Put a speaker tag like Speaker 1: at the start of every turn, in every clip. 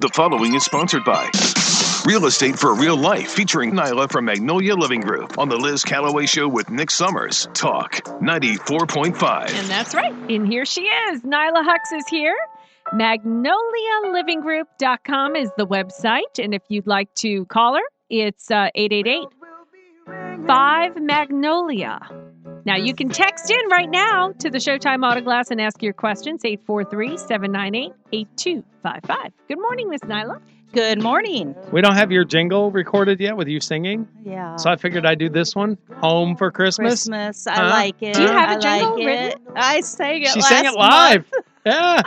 Speaker 1: The following is sponsored by Real Estate for Real Life, featuring Nyla from Magnolia Living Group on the Liz Calloway Show with Nick Summers. Talk 94.5.
Speaker 2: And that's right.
Speaker 3: And here she is. Nyla Hux is here. MagnoliaLivingGroup.com is the website. And if you'd like to call her, it's uh, 888 5 Magnolia. Now you can text in right now to the Showtime Autoglass and ask your questions 843 798 8255. Good morning, Miss Nyla.
Speaker 2: Good morning.
Speaker 4: We don't have your jingle recorded yet with you singing,
Speaker 2: Yeah.
Speaker 4: so I figured I'd do this one. Home for Christmas.
Speaker 2: Christmas. I
Speaker 4: Huh?
Speaker 2: like it.
Speaker 4: Do you
Speaker 3: have a
Speaker 2: I
Speaker 3: jingle
Speaker 2: like
Speaker 3: written?
Speaker 2: it. I sang it
Speaker 4: She
Speaker 2: last
Speaker 4: sang it
Speaker 2: month.
Speaker 4: live. Yeah.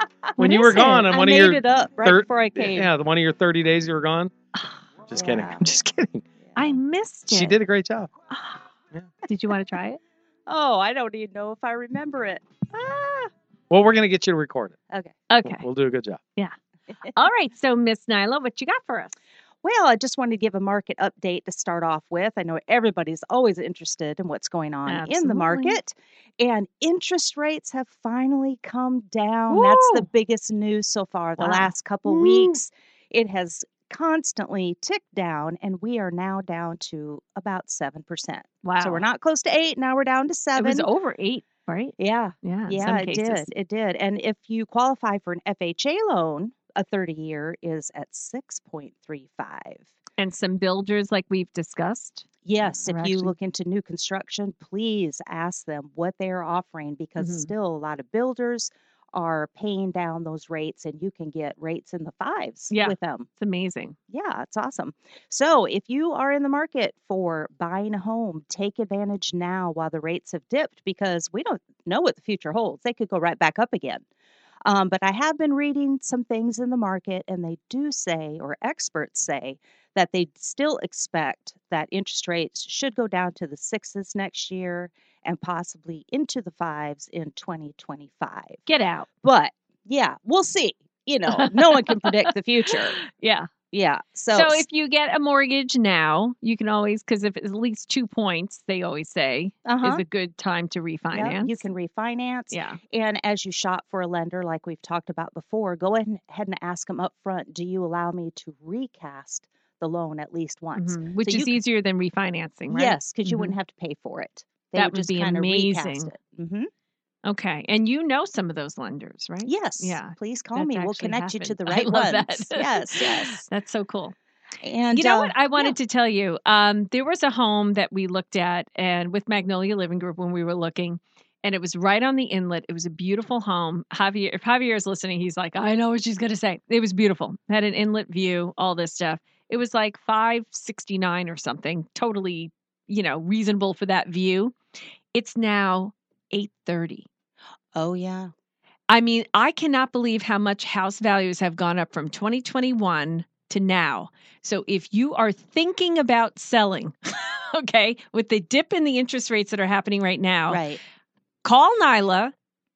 Speaker 4: When
Speaker 2: What
Speaker 4: you
Speaker 2: is
Speaker 4: were
Speaker 2: it?
Speaker 4: gone on
Speaker 2: I
Speaker 4: one of
Speaker 2: made
Speaker 4: your
Speaker 2: it up right
Speaker 4: thir-
Speaker 2: before I came.
Speaker 4: Yeah, the one of your 30 days you were gone. Just kidding.
Speaker 2: Yeah.
Speaker 4: I'm just kidding.
Speaker 3: I missed it. Ah.
Speaker 4: She did a great job.
Speaker 3: Did you want to try it?
Speaker 2: Oh, I don't even know if I remember it. Ah.
Speaker 4: Well, we're going to get you to record it.
Speaker 2: Okay.
Speaker 3: Okay.
Speaker 4: We'll do a good job.
Speaker 3: All right. So, Miss Nyla, what you got for us?
Speaker 2: Well, I just wanted to give a market update to start off with. I know everybody's always interested in what's going on in the
Speaker 3: Absolutely.
Speaker 2: market, and interest rates have finally come down. That's the
Speaker 3: Woo!
Speaker 2: biggest news so far. The
Speaker 3: Wow.
Speaker 2: last couple
Speaker 3: Mm.
Speaker 2: weeks, it has constantly ticked down, and we are now down to about 7%.
Speaker 3: Wow.
Speaker 2: So we're not close to 8, now we're down to
Speaker 3: It
Speaker 2: 7.
Speaker 3: was over eight, right?
Speaker 2: yeah.
Speaker 3: Yeah. in
Speaker 2: Yeah,
Speaker 3: some
Speaker 2: it
Speaker 3: cases.
Speaker 2: did. It did. And if you qualify for an FHA loan, a 30 year is at 6.35.
Speaker 3: And some builders, like we've discussed.
Speaker 2: Yes, if
Speaker 3: Or
Speaker 2: you
Speaker 3: actually-
Speaker 2: look into new construction, please ask them what they are offering because
Speaker 3: Mhm.
Speaker 2: still a lot of builders are paying down those rates and you can get rates in the fives
Speaker 3: Yeah.
Speaker 2: with them.
Speaker 3: It's amazing.
Speaker 2: Yeah, it's awesome. So, if you are in the market for buying a home, take advantage now while the rates have dipped because we don't know what the future holds. They could go right back up again. Um, but I have been reading some things in the market, and they do say, or experts say, that they still expect that interest rates should go down to the sixes next year and possibly into the fives in 2025.
Speaker 3: Get out.
Speaker 2: But yeah, we'll see. You know, no one can predict the future.
Speaker 3: Yeah.
Speaker 2: Yeah. So,
Speaker 3: So, if you get a mortgage now, you can always, because if it's at least two points, they always say,
Speaker 2: uh-huh.
Speaker 3: is a good time to
Speaker 2: Yep,
Speaker 3: refinance.
Speaker 2: you can refinance.
Speaker 3: Yeah.
Speaker 2: And as you shop for a lender, like we've talked about before, go ahead and ask them up front do you allow me to recast the loan at least once?
Speaker 3: Mhm. Which
Speaker 2: you
Speaker 3: is
Speaker 2: c-
Speaker 3: easier than refinancing, right?
Speaker 2: Yes, because you
Speaker 3: Mhm.
Speaker 2: wouldn't have to pay for it. They
Speaker 3: That
Speaker 2: would
Speaker 3: would
Speaker 2: just
Speaker 3: be
Speaker 2: kind of recast
Speaker 3: amazing.
Speaker 2: it. hmm
Speaker 3: Okay. And you know some of those lenders, right?
Speaker 2: Yes.
Speaker 3: Yeah,
Speaker 2: Please call
Speaker 3: That's
Speaker 2: me. We'll
Speaker 3: actually
Speaker 2: connect you to the
Speaker 3: happened.
Speaker 2: right
Speaker 3: I love
Speaker 2: ones.
Speaker 3: That.
Speaker 2: Yes. Yes.
Speaker 3: That's so cool.
Speaker 2: And
Speaker 3: you know
Speaker 2: uh,
Speaker 3: what? I wanted to tell you um, there was a home that we looked at and with Magnolia Living Group when we were looking, and it was right on the inlet. It was a beautiful home. Javier, if Javier is listening, he's like, I know what she's going to say. It was beautiful, had an inlet view, all this stuff. It was like 569 or something, totally, you know, reasonable for that view. It's now 830.
Speaker 2: Oh, yeah.
Speaker 3: I mean, I cannot believe how much house values have gone up from 2021 to now. So if you are thinking about selling, okay, with the dip in the interest rates that are happening right now,
Speaker 2: Right.
Speaker 3: call Nyla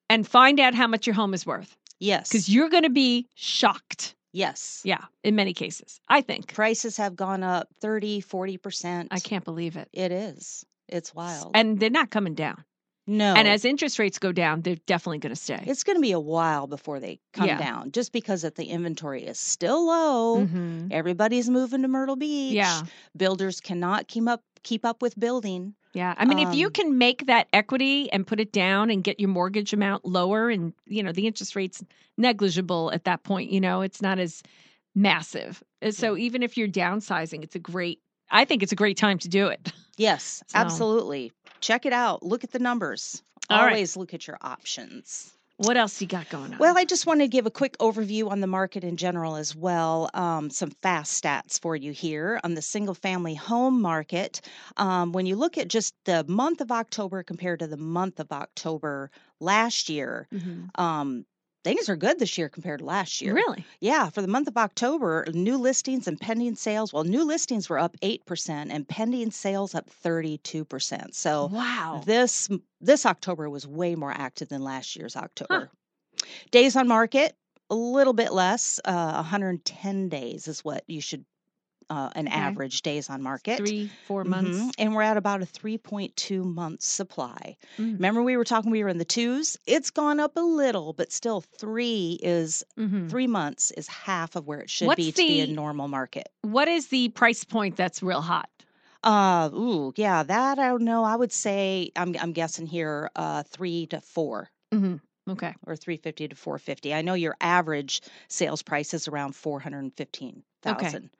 Speaker 3: and find out how much your home is worth
Speaker 2: Yes.
Speaker 3: because you're going to be shocked.
Speaker 2: yes.
Speaker 3: Yeah, in many cases, I think.
Speaker 2: Prices have gone up 30, 40%.
Speaker 3: I can't believe it.
Speaker 2: It is. It's wild.
Speaker 3: And they're not coming down.
Speaker 2: no.
Speaker 3: And as interest rates go down, they're definitely going to stay.
Speaker 2: It's going to be a while before they come
Speaker 3: Yeah.
Speaker 2: down just because if the inventory is still low.
Speaker 3: Mhm.
Speaker 2: Everybody's moving to Myrtle Beach.
Speaker 3: Yeah.
Speaker 2: Builders cannot keep up keep up with building.
Speaker 3: Yeah. I mean, if you
Speaker 2: Um,
Speaker 3: can make that equity and put it down and get your mortgage amount lower and, you know, the interest rate's negligible at that point, you know, it's not as massive. And So even if you're downsizing, it's a great, I think it's a great time to do it.
Speaker 2: Yes,
Speaker 3: So-
Speaker 2: absolutely. Check it out. Look at the numbers.
Speaker 3: All right.
Speaker 2: Always look at your options.
Speaker 3: What else you got going on?
Speaker 2: Well, I just want to give a quick overview on the market in general as well. Um, some fast stats for you here on the single family home market. Um, when you look at just the month of October compared to the month of October last year,
Speaker 3: Mhm.
Speaker 2: um, things are good this year compared to last year.
Speaker 3: really?
Speaker 2: Yeah, for the month of October, new listings and pending sales, well, new listings were up 8% and pending sales up 32%. So
Speaker 3: Wow.
Speaker 2: this this October was way more active than last year's October. Days on market a little bit less, uh, 110 days is what you should uh, an
Speaker 3: Okay.
Speaker 2: average days on market.
Speaker 3: Three, four
Speaker 2: Mhm.
Speaker 3: months.
Speaker 2: And we're at about a 3.2 month supply.
Speaker 3: Mm.
Speaker 2: Remember, we were talking, we were in the twos. It's gone up a little, but still, three is
Speaker 3: Mhm.
Speaker 2: three months is half of where it should
Speaker 3: What's
Speaker 2: be to be a
Speaker 3: the-
Speaker 2: normal market.
Speaker 3: What is the price point that's real hot?
Speaker 2: Uh, ooh, yeah, that I don't know. I would say I'm I'm guessing here, uh, three to four Uh,
Speaker 3: Mm-hmm. Okay.
Speaker 2: or 350 to 450. I know your average sales price is around 415,000.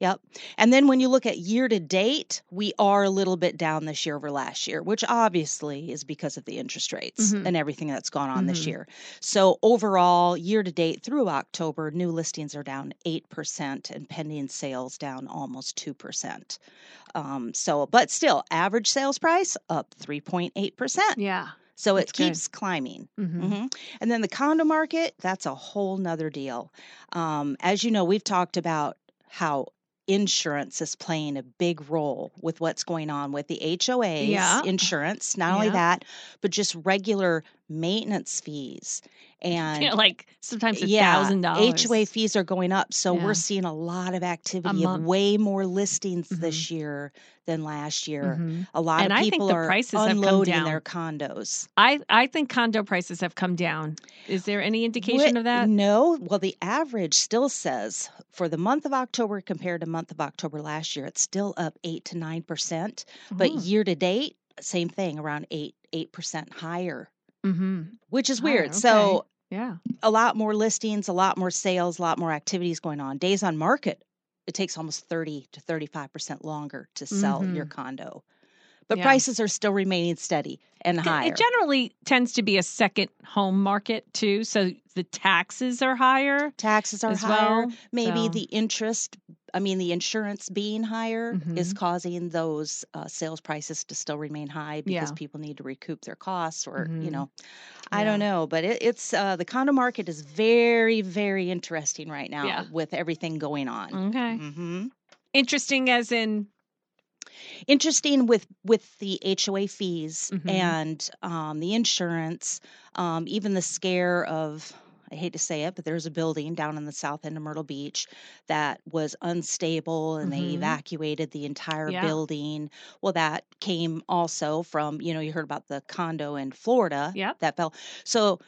Speaker 2: Yep. And then when you look at year to date, we are a little bit down this year over last year, which obviously is because of the interest rates
Speaker 3: Mhm.
Speaker 2: and everything that's gone on this
Speaker 3: Mhm.
Speaker 2: year. So overall, year to date through October, new listings are down 8% and pending sales down almost 2%. Um, so, but still, average sales price up 3.8%.
Speaker 3: Yeah.
Speaker 2: So it
Speaker 3: that's good.
Speaker 2: keeps climbing.
Speaker 3: Mm-hmm.
Speaker 2: Mhm. And then the condo market, that's a whole nother deal. Um, as you know, we've talked about how insurance is playing a big role with what's going on with the HOAs,
Speaker 3: Yeah.
Speaker 2: insurance, not only
Speaker 3: Yeah.
Speaker 2: that, but just regular maintenance fees. And
Speaker 3: like sometimes it's
Speaker 2: mm-hmm. yeah,
Speaker 3: thousand dollars.
Speaker 2: HOA fees are going up. So
Speaker 3: Yeah.
Speaker 2: we're seeing a lot of activity of
Speaker 3: month. Mm-hmm.
Speaker 2: way more listings this year than last year. A lot
Speaker 3: And
Speaker 2: of
Speaker 3: I think
Speaker 2: people
Speaker 3: the
Speaker 2: are
Speaker 3: prices have come
Speaker 2: unloading their condos.
Speaker 3: I I think condo prices have come down. Is there any indication
Speaker 2: What-
Speaker 3: of that?
Speaker 2: No. Well, the average still says for the month of October compared to month of October last year, it's still up eight to nine percent. But
Speaker 3: Hmm.
Speaker 2: year to date, same thing, around eight eight percent higher,
Speaker 3: hmm
Speaker 2: mm-hmm. which is
Speaker 3: Higher,
Speaker 2: weird. So
Speaker 3: yeah.
Speaker 2: a lot more listings, a lot more sales, a lot more activities going on. Days on market, it takes almost thirty to thirty five percent longer to sell your condo. But
Speaker 3: Mm-hmm. Yeah.
Speaker 2: prices are still remaining steady and
Speaker 3: G-
Speaker 2: higher.
Speaker 3: It generally tends to be a second home market too, so the taxes are higher
Speaker 2: Taxes are
Speaker 3: as
Speaker 2: higher.
Speaker 3: well.
Speaker 2: maybe
Speaker 3: So-
Speaker 2: the interest i mean the insurance being higher is
Speaker 3: Mhm.
Speaker 2: causing those uh, sales prices to still remain high because
Speaker 3: Yeah.
Speaker 2: people need to recoup their costs or you
Speaker 3: Mhm.
Speaker 2: know i don't know but it, it's uh, the condo market is very very interesting right now
Speaker 3: Yeah.
Speaker 2: with everything going on
Speaker 3: Okay.
Speaker 2: hmm
Speaker 3: Interesting, as in
Speaker 2: interesting with with the HOA fees
Speaker 3: Mhm.
Speaker 2: and um, the insurance, um, even the scare of. I hate to say it, but there's a building down in the south end of Myrtle Beach that was unstable and they
Speaker 3: Mhm.
Speaker 2: evacuated the entire
Speaker 3: Yeah.
Speaker 2: building. Well, that came also from, you know, you heard about the condo in Florida
Speaker 3: Yep.
Speaker 2: that fell. So,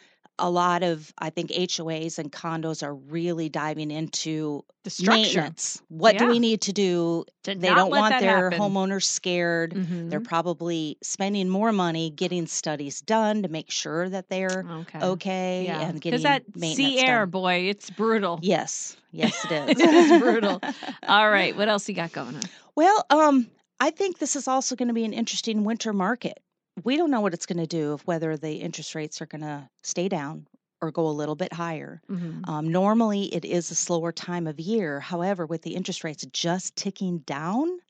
Speaker 2: a lot of, I think, HOAs and condos are really diving into
Speaker 3: the structure.
Speaker 2: maintenance. What do
Speaker 3: Yeah.
Speaker 2: we need to do
Speaker 3: To
Speaker 2: they
Speaker 3: not
Speaker 2: don't
Speaker 3: let
Speaker 2: want
Speaker 3: that
Speaker 2: their
Speaker 3: happen.
Speaker 2: homeowners scared.
Speaker 3: Mhm.
Speaker 2: They're probably spending more money getting studies done to make sure that they're
Speaker 3: Okay.
Speaker 2: okay and getting
Speaker 3: because that
Speaker 2: maintenance
Speaker 3: sea air,
Speaker 2: done.
Speaker 3: boy, it's brutal.
Speaker 2: Yes, yes, it is.
Speaker 3: It's brutal. All right, what else you got going on?
Speaker 2: Well, um, I think this is also going to be an interesting winter market. We don't know what it's going to do if whether the interest rates are going to stay down or go a little bit higher.
Speaker 3: Mhm.
Speaker 2: Um, normally, it is a slower time of year. However, with the interest rates just ticking down,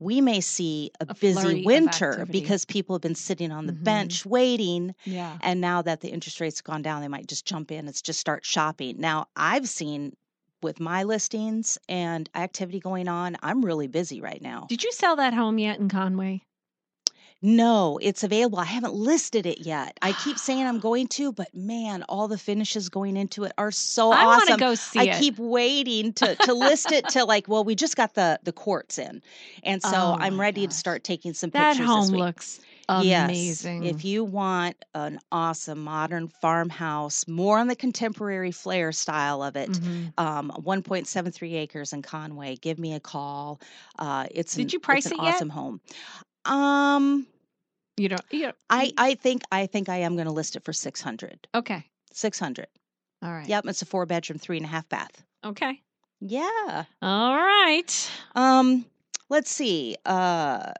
Speaker 2: we may see a,
Speaker 3: A flurry
Speaker 2: busy
Speaker 3: of
Speaker 2: winter
Speaker 3: activity.
Speaker 2: because people have been sitting on the
Speaker 3: Mhm.
Speaker 2: bench waiting.
Speaker 3: Yeah.
Speaker 2: And now that the interest rates have gone down, they might just jump in and s- just start shopping. Now, I've seen with my listings and activity going on, I'm really busy right now.
Speaker 3: Did you sell that home yet in Conway?
Speaker 2: No, it's available. I haven't listed it yet. I keep saying I'm going to, but man, all the finishes going into it are so
Speaker 3: I want to
Speaker 2: Oh, awesome.
Speaker 3: go see
Speaker 2: I
Speaker 3: it.
Speaker 2: keep waiting to to list it to like, well, we just got the the quartz in, and so
Speaker 3: Oh
Speaker 2: I'm
Speaker 3: my
Speaker 2: ready to
Speaker 3: gosh.
Speaker 2: start taking some
Speaker 3: that
Speaker 2: pictures. this
Speaker 3: home
Speaker 2: week.
Speaker 3: looks
Speaker 2: Yes.
Speaker 3: amazing.
Speaker 2: If you want an awesome modern farmhouse, more on the contemporary flair style of it,
Speaker 3: Mhm.
Speaker 2: um, 1.73 acres in Conway, give me a call. Uh, it's
Speaker 3: Did
Speaker 2: an,
Speaker 3: you price
Speaker 2: it's an
Speaker 3: it yet?
Speaker 2: awesome home. Um,
Speaker 3: you don't. You don't
Speaker 2: I I think I think I am going to list it for 600.
Speaker 3: okay.
Speaker 2: 600.
Speaker 3: All right.
Speaker 2: Yep, it's a four bedroom, three and a half bath.
Speaker 3: Okay.
Speaker 2: Yeah.
Speaker 3: All right.
Speaker 2: Um, let's see. Uh,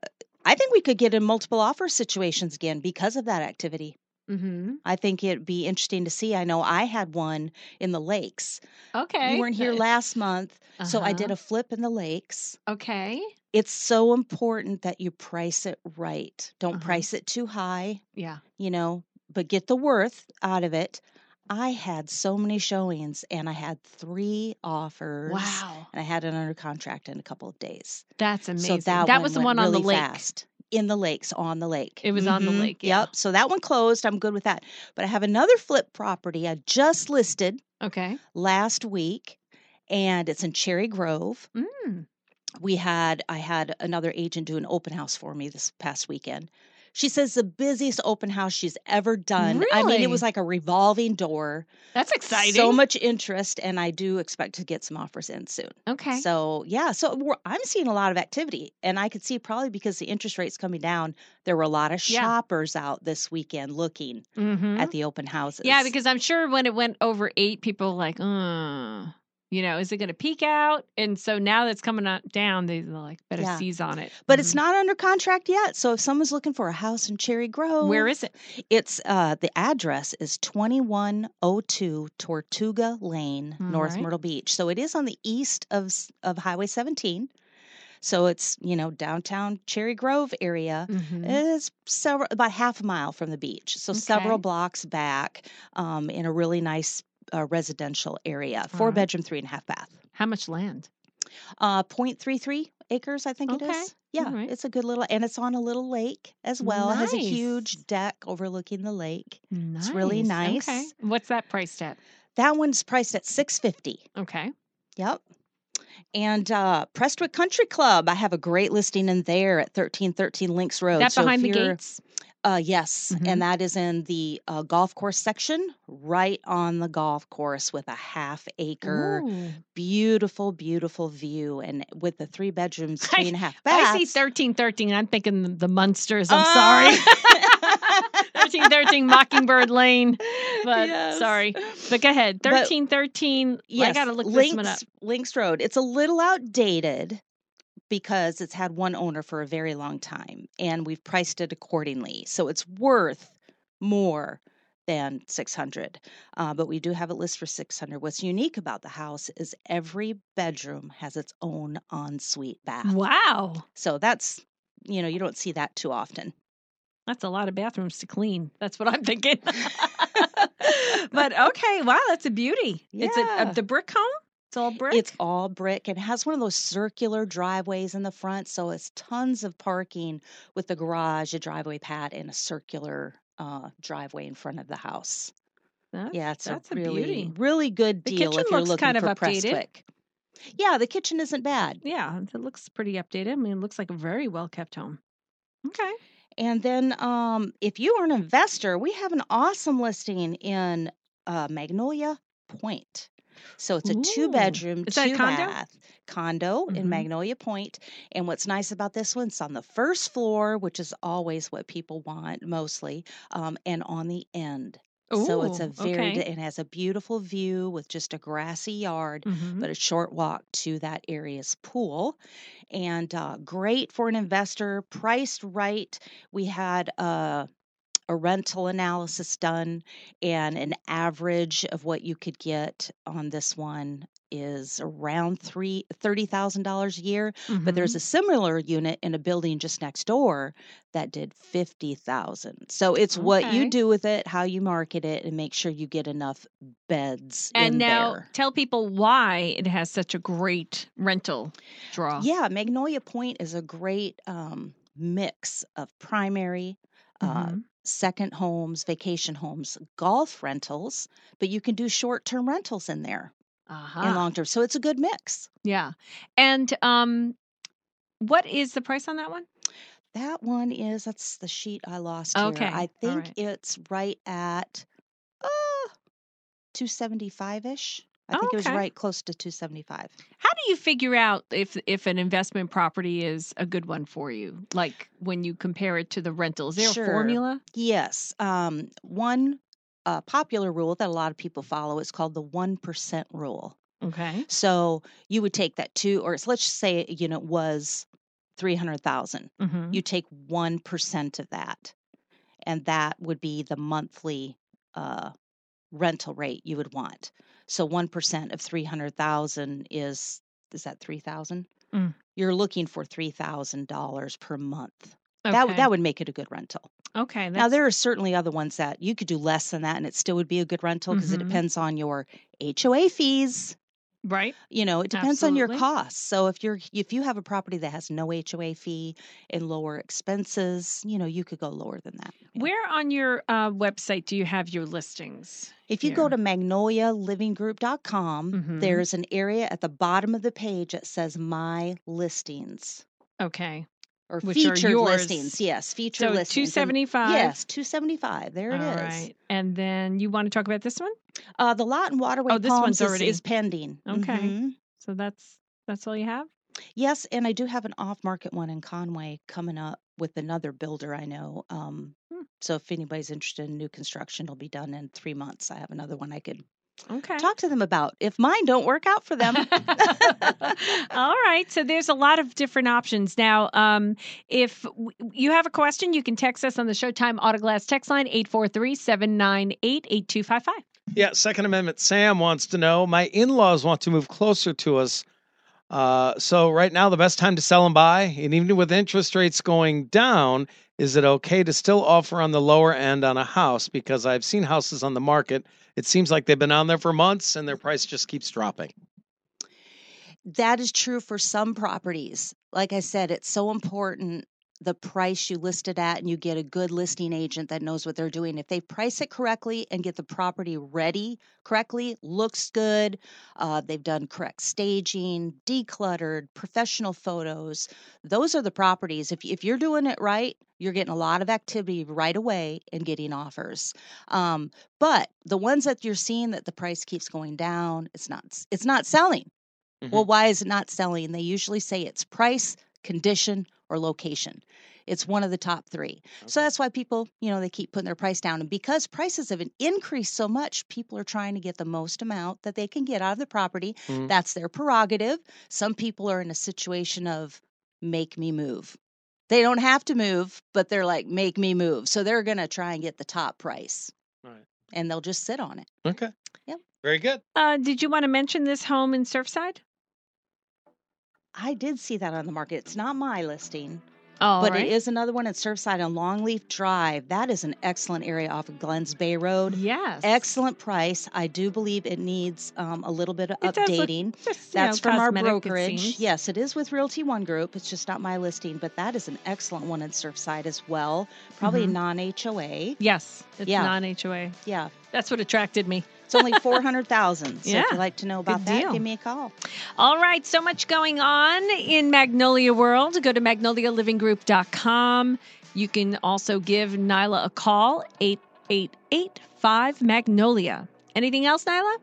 Speaker 2: I think we could get in multiple offer situations again because of that activity.
Speaker 3: Mm-hmm.
Speaker 2: I think it'd be interesting to see. I know I had one in the lakes.
Speaker 3: Okay.
Speaker 2: You weren't here
Speaker 3: Uh,
Speaker 2: last month, so I did
Speaker 3: uh-huh.
Speaker 2: a flip in the lakes.
Speaker 3: Okay.
Speaker 2: It's so important that you price it right. Don't
Speaker 3: Uh-huh.
Speaker 2: price it too high,
Speaker 3: Yeah.
Speaker 2: you know, but get the worth out of it. I had so many showings and I had three offers.
Speaker 3: Wow.
Speaker 2: And I had it under contract in a couple of days.
Speaker 3: That's amazing.
Speaker 2: So that,
Speaker 3: was the
Speaker 2: went
Speaker 3: one on
Speaker 2: really
Speaker 3: the lake.
Speaker 2: Fast. In the lakes, on the lake.
Speaker 3: It was on the
Speaker 2: Mhm.
Speaker 3: lake, yeah.
Speaker 2: Yep. So that one closed. I'm good with that. But I have another flip property I just listed
Speaker 3: Okay.
Speaker 2: last week, and it's in Cherry Grove.
Speaker 3: Mm.
Speaker 2: we had I had another agent do an open house for me this past weekend. She says the busiest open house she's ever done. I mean,
Speaker 3: Really?
Speaker 2: it was like a revolving door.
Speaker 3: That's exciting.
Speaker 2: So much interest, and I do expect to get some offers in soon.
Speaker 3: Okay.
Speaker 2: So yeah, so we're, I'm seeing a lot of activity, and I could see probably because the interest rates coming down, there were a lot of
Speaker 3: Yeah.
Speaker 2: shoppers out this weekend looking
Speaker 3: Mhm.
Speaker 2: at the open houses.
Speaker 3: Yeah, because I'm sure when it went over eight, people were like, uh, you know, is it going to peak out? And so now that's coming up down, they're like, better
Speaker 2: Yeah.
Speaker 3: seize on it.
Speaker 2: but it's not under contract yet. So if someone's looking for a house in Cherry Grove,
Speaker 3: Mm-hmm. Mm-hmm. Where is it?
Speaker 2: It's uh, the address is 2102 Tortuga Lane,
Speaker 3: All
Speaker 2: North
Speaker 3: right.
Speaker 2: Myrtle Beach. So it is on the east of s- of Highway 17. So it's you know downtown Cherry Grove area.
Speaker 3: Mhm.
Speaker 2: It's several about half a mile from the beach, so several
Speaker 3: Okay.
Speaker 2: blocks back, um, in a really nice uh, residential area,
Speaker 3: All
Speaker 2: four
Speaker 3: right.
Speaker 2: bedroom, three and a half bath,
Speaker 3: How much land?
Speaker 2: uh, 0.33 acres, I think it
Speaker 3: Okay.
Speaker 2: is. Yeah,
Speaker 3: All right.
Speaker 2: it's a good little, and it's on a little lake as well. It has a
Speaker 3: Nice.
Speaker 2: huge deck overlooking the lake.
Speaker 3: Nice.
Speaker 2: really
Speaker 3: Okay.
Speaker 2: nice.
Speaker 3: What's that priced at?
Speaker 2: That one's priced at 650.
Speaker 3: Okay.
Speaker 2: Yep. And uh Prestwick Country Club, I have a great listing in there at 1313 Links Road.
Speaker 3: that
Speaker 2: So if
Speaker 3: behind the
Speaker 2: you're-
Speaker 3: gates?
Speaker 2: Uh yes,
Speaker 3: Mhm.
Speaker 2: and that is in the uh, golf course section, right on the golf course with a half acre,
Speaker 3: Ooh.
Speaker 2: beautiful beautiful view and with the three bedrooms,
Speaker 3: I-
Speaker 2: three and a half baths.
Speaker 3: I see 1313. I'm thinking the- the Munsters. I'm sorry.
Speaker 2: sorry.
Speaker 3: Ah! 1313 Mockingbird Lane. But
Speaker 2: Yes.
Speaker 3: sorry. But go ahead.
Speaker 2: But-
Speaker 3: 1313.
Speaker 2: Yes,
Speaker 3: I got to look
Speaker 2: Links,
Speaker 3: this one up.
Speaker 2: Links Road. It's a little outdated because it's had one owner for a very long time, and we've priced it accordingly. So it's worth more than 600 uh, but we do have it listed for 600 what's unique about the house is every bedroom has its own ensuite bath
Speaker 3: Wow.
Speaker 2: so that's you know you don't see that too often
Speaker 3: That's a lot of bathrooms to clean. That's what I'm thinking. but okay, wow, that's a beauty. It's a,
Speaker 2: Yeah.
Speaker 3: a, the brick home. It's all brick.
Speaker 2: It's all brick and has one of those circular driveways in the front, so it's tons of parking with the garage, a driveway pad, and a circular uh, driveway in front of the house.
Speaker 3: That's-
Speaker 2: yeah, it's
Speaker 3: that's
Speaker 2: a
Speaker 3: a
Speaker 2: really,
Speaker 3: beauty.
Speaker 2: really good
Speaker 3: The
Speaker 2: deal
Speaker 3: kitchen
Speaker 2: if you're
Speaker 3: looks
Speaker 2: looking
Speaker 3: kind of
Speaker 2: for
Speaker 3: updated.
Speaker 2: Prestwick. Yeah, the kitchen isn't bad.
Speaker 3: yeah, it looks pretty updated. I mean, it looks like a very well kept home. Okay.
Speaker 2: And then, um, if you are an investor, we have an awesome listing in uh, Magnolia Point. So it's a
Speaker 3: Ooh.
Speaker 2: two bedroom,
Speaker 3: Is that a
Speaker 2: two
Speaker 3: condo?
Speaker 2: bath condo
Speaker 3: Mhm.
Speaker 2: in Magnolia Point. And what's nice about this one, it's on the first floor, which is always what people want mostly, um, and on the end. so it's a
Speaker 3: Ooh,
Speaker 2: very,
Speaker 3: okay.
Speaker 2: it has a beautiful view with just a grassy yard
Speaker 3: Mhm.
Speaker 2: but a short walk to that area's pool. And uh, great for an investor, priced right. We had a, a rental analysis done, and an average of what you could get on this one is around three thirty thousand dollars a year. But there's
Speaker 3: Mm-hmm.
Speaker 2: a similar unit in a building just next door that did fifty thousand. So it's what
Speaker 3: Okay.
Speaker 2: you do with it, how you market it, and make sure you get enough beds
Speaker 3: mm-hmm. and
Speaker 2: in
Speaker 3: now
Speaker 2: there.
Speaker 3: tell people why it has such a great rental draw.
Speaker 2: Yeah, Magnolia Point is a great um, mix of primary, uh,
Speaker 3: Mhm.
Speaker 2: second homes, vacation homes, golf rentals, but you can do short term rentals in there
Speaker 3: Uh-huh.
Speaker 2: and long term. So it's a good mix.
Speaker 3: yeah. And um, what is the price on that one?
Speaker 2: That one is, that's the sheet I lost here.
Speaker 3: Okay, all
Speaker 2: I think
Speaker 3: right.
Speaker 2: it's right at uh, 275 ish. I think it was
Speaker 3: Oh, Okay.
Speaker 2: right close to 275.
Speaker 3: How do you figure out if if an investment property is a good one for you? Like when you compare it to the rental, is there
Speaker 2: Sure.
Speaker 3: a formula?
Speaker 2: Yes. Um, one uh, popular rule that a lot of people follow is called the 1% rule.
Speaker 3: Okay.
Speaker 2: So you would take that two, or it's- let's just say a unit was three hundred thousand.
Speaker 3: Mm-hmm.
Speaker 2: You take one percent of that, and that would be the monthly uh, rental rate you would want. So one percent of three hundred thousand is is that three thousand?
Speaker 3: Mm.
Speaker 2: You're looking for three thousand dollars per month. That That that would make it a good rental.
Speaker 3: okay.
Speaker 2: Now
Speaker 3: That's,
Speaker 2: there are certainly other ones that
Speaker 3: Mm-hmm.
Speaker 2: you could do less than that, and it still would be a good rental because
Speaker 3: Mhm.
Speaker 2: it depends on your HOA fees
Speaker 3: right?
Speaker 2: you know it depends on your
Speaker 3: Absolutely.
Speaker 2: costs so if you're if you have a property that has no hoa fee and lower expenses you know you could go lower than that Yeah.
Speaker 3: Where on your uh, website do you have your listings?
Speaker 2: if you go
Speaker 3: Yeah.
Speaker 2: to magnolialivinggroup.com
Speaker 3: Mhm.
Speaker 2: there's an area at the bottom of the page that says my listings
Speaker 3: Okay,
Speaker 2: or
Speaker 3: Which are
Speaker 2: featured
Speaker 3: yours.
Speaker 2: listings yes featured
Speaker 3: so
Speaker 2: listings
Speaker 3: two
Speaker 2: And-
Speaker 3: seventy five.
Speaker 2: yes 275 there it is
Speaker 3: and then you want to talk about this one?
Speaker 2: uh, the lot and waterway
Speaker 3: Oh, this
Speaker 2: Palms
Speaker 3: one's
Speaker 2: is-
Speaker 3: already-
Speaker 2: is, pending
Speaker 3: Okay.
Speaker 2: Mhm.
Speaker 3: So that's that's all you have.
Speaker 2: Yes, and I do have an off-market one in Conway coming up with another builder I know. Um,
Speaker 3: Hmm.
Speaker 2: So if anybody's interested in new construction, it'll be done in three months. I have another one I could
Speaker 3: Okay.
Speaker 2: talk to them about if mine don't work out for them.
Speaker 3: All right. So there's a lot of different options. Now, um, if w- you have a question, you can text us on the Showtime Autoglass text line 843 798 8255.
Speaker 4: Yeah, Second Amendment. Sam wants to know my in laws want to move closer to us. Uh, so, right now, the best time to sell and buy, and even with interest rates going down, is it okay to still offer on the lower end on a house? Because I've seen houses on the market. It seems like they've been on there for months and their price just keeps dropping.
Speaker 2: that is true for some properties. Like I said, it's so important the price you list it at and you get a good listing agent that knows what they're doing. If they price it correctly and get the property ready correctly, looks good, uh, they've done correct staging, decluttered, professional photos, those are the properties. If, if you're doing it right, you're getting a lot of activity right away and getting offers. Um, but the ones that you're seeing that the price keeps going down, it's not it's not selling. Well, why is it not selling? They usually say it's price, condition, or location. It's one of the top three. So that's why people, you know, they keep putting their price down. And because prices have increased so much, people are trying to get the most amount that they can get out of the property.
Speaker 4: Mhm.
Speaker 2: That's their prerogative. Some people are in a situation of make me move. They don't have to move, but they're like, make me move. So they're going to try and get the top price
Speaker 4: Right.
Speaker 2: and they'll just sit on it.
Speaker 4: Okay.
Speaker 2: Yep.
Speaker 4: Very good.
Speaker 3: Uh, did you want to mention this home in Surfside?
Speaker 2: I did see that on the market. It's not my listing.
Speaker 3: Oh,
Speaker 2: but it is another one at Surfside on Longleaf Drive. That is an excellent area off of Glens Bay Road.
Speaker 3: Yes.
Speaker 2: Excellent price. I do believe it needs um, a little bit of
Speaker 3: It does look,
Speaker 2: updating.
Speaker 3: just, you know,
Speaker 2: That's from our
Speaker 3: cosmetic, it
Speaker 2: brokerage.
Speaker 3: seems.
Speaker 2: Yes, it is with Realty One Group. It's just not my listing, but that is an excellent one at Surfside as well. Probably
Speaker 3: Mhm.
Speaker 2: non HOA.
Speaker 3: Yes. It's
Speaker 2: Yeah.
Speaker 3: non HOA.
Speaker 2: Yeah,
Speaker 3: That's what attracted me.
Speaker 2: it's only four hundred thousand. So
Speaker 3: Yeah.
Speaker 2: if you'd like to know about
Speaker 3: Good
Speaker 2: that,
Speaker 3: deal.
Speaker 2: give me a call.
Speaker 3: All right, so much going on in Magnolia World. Go to magnolialivinggroup.com. You can also give Nyla a call, 8885 Magnolia. Anything else, Nyla?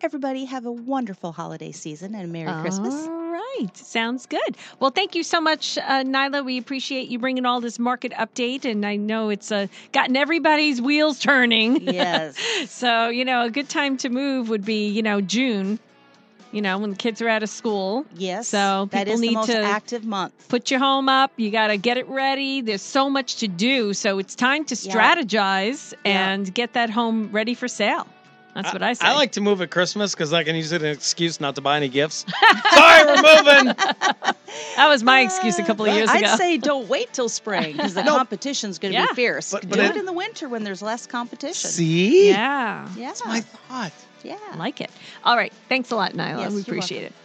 Speaker 2: Everybody have a wonderful holiday season and Merry Christmas.
Speaker 3: All right, sounds good. Well, thank you so much, uh, Nyla. We appreciate you bringing all this market update, and I know it's uh, gotten everybody's wheels turning.
Speaker 2: Yes.
Speaker 3: so, you know, a good time to move would be, you know, June, you know, when the kids are out of school.
Speaker 2: Yes.
Speaker 3: So
Speaker 2: that
Speaker 3: people
Speaker 2: is
Speaker 3: need
Speaker 2: the most
Speaker 3: to-
Speaker 2: active month.
Speaker 3: put your home up. You got to get it ready. There's so much to do. So it's time to
Speaker 2: Yeah.
Speaker 3: strategize
Speaker 2: Yeah.
Speaker 3: and get that home ready for sale. That's what I say.
Speaker 4: I like to move at Christmas because I can use it as an excuse not to buy any gifts. Sorry, we're moving.
Speaker 3: that was my excuse a couple of years
Speaker 2: Uh, I'd
Speaker 3: ago.
Speaker 2: say don't wait till spring because the
Speaker 4: No.
Speaker 2: competition's going to
Speaker 3: Yeah.
Speaker 2: be fierce.
Speaker 4: But-
Speaker 2: But,
Speaker 4: but
Speaker 2: Do
Speaker 4: it-
Speaker 2: it in the winter when there's less competition.
Speaker 4: See?
Speaker 3: yeah.
Speaker 2: Yeah.
Speaker 4: That's my thought.
Speaker 2: yeah.
Speaker 3: I like it. All right. Thanks a lot, Nyla.
Speaker 2: Yes,
Speaker 3: we
Speaker 2: you're
Speaker 3: appreciate it.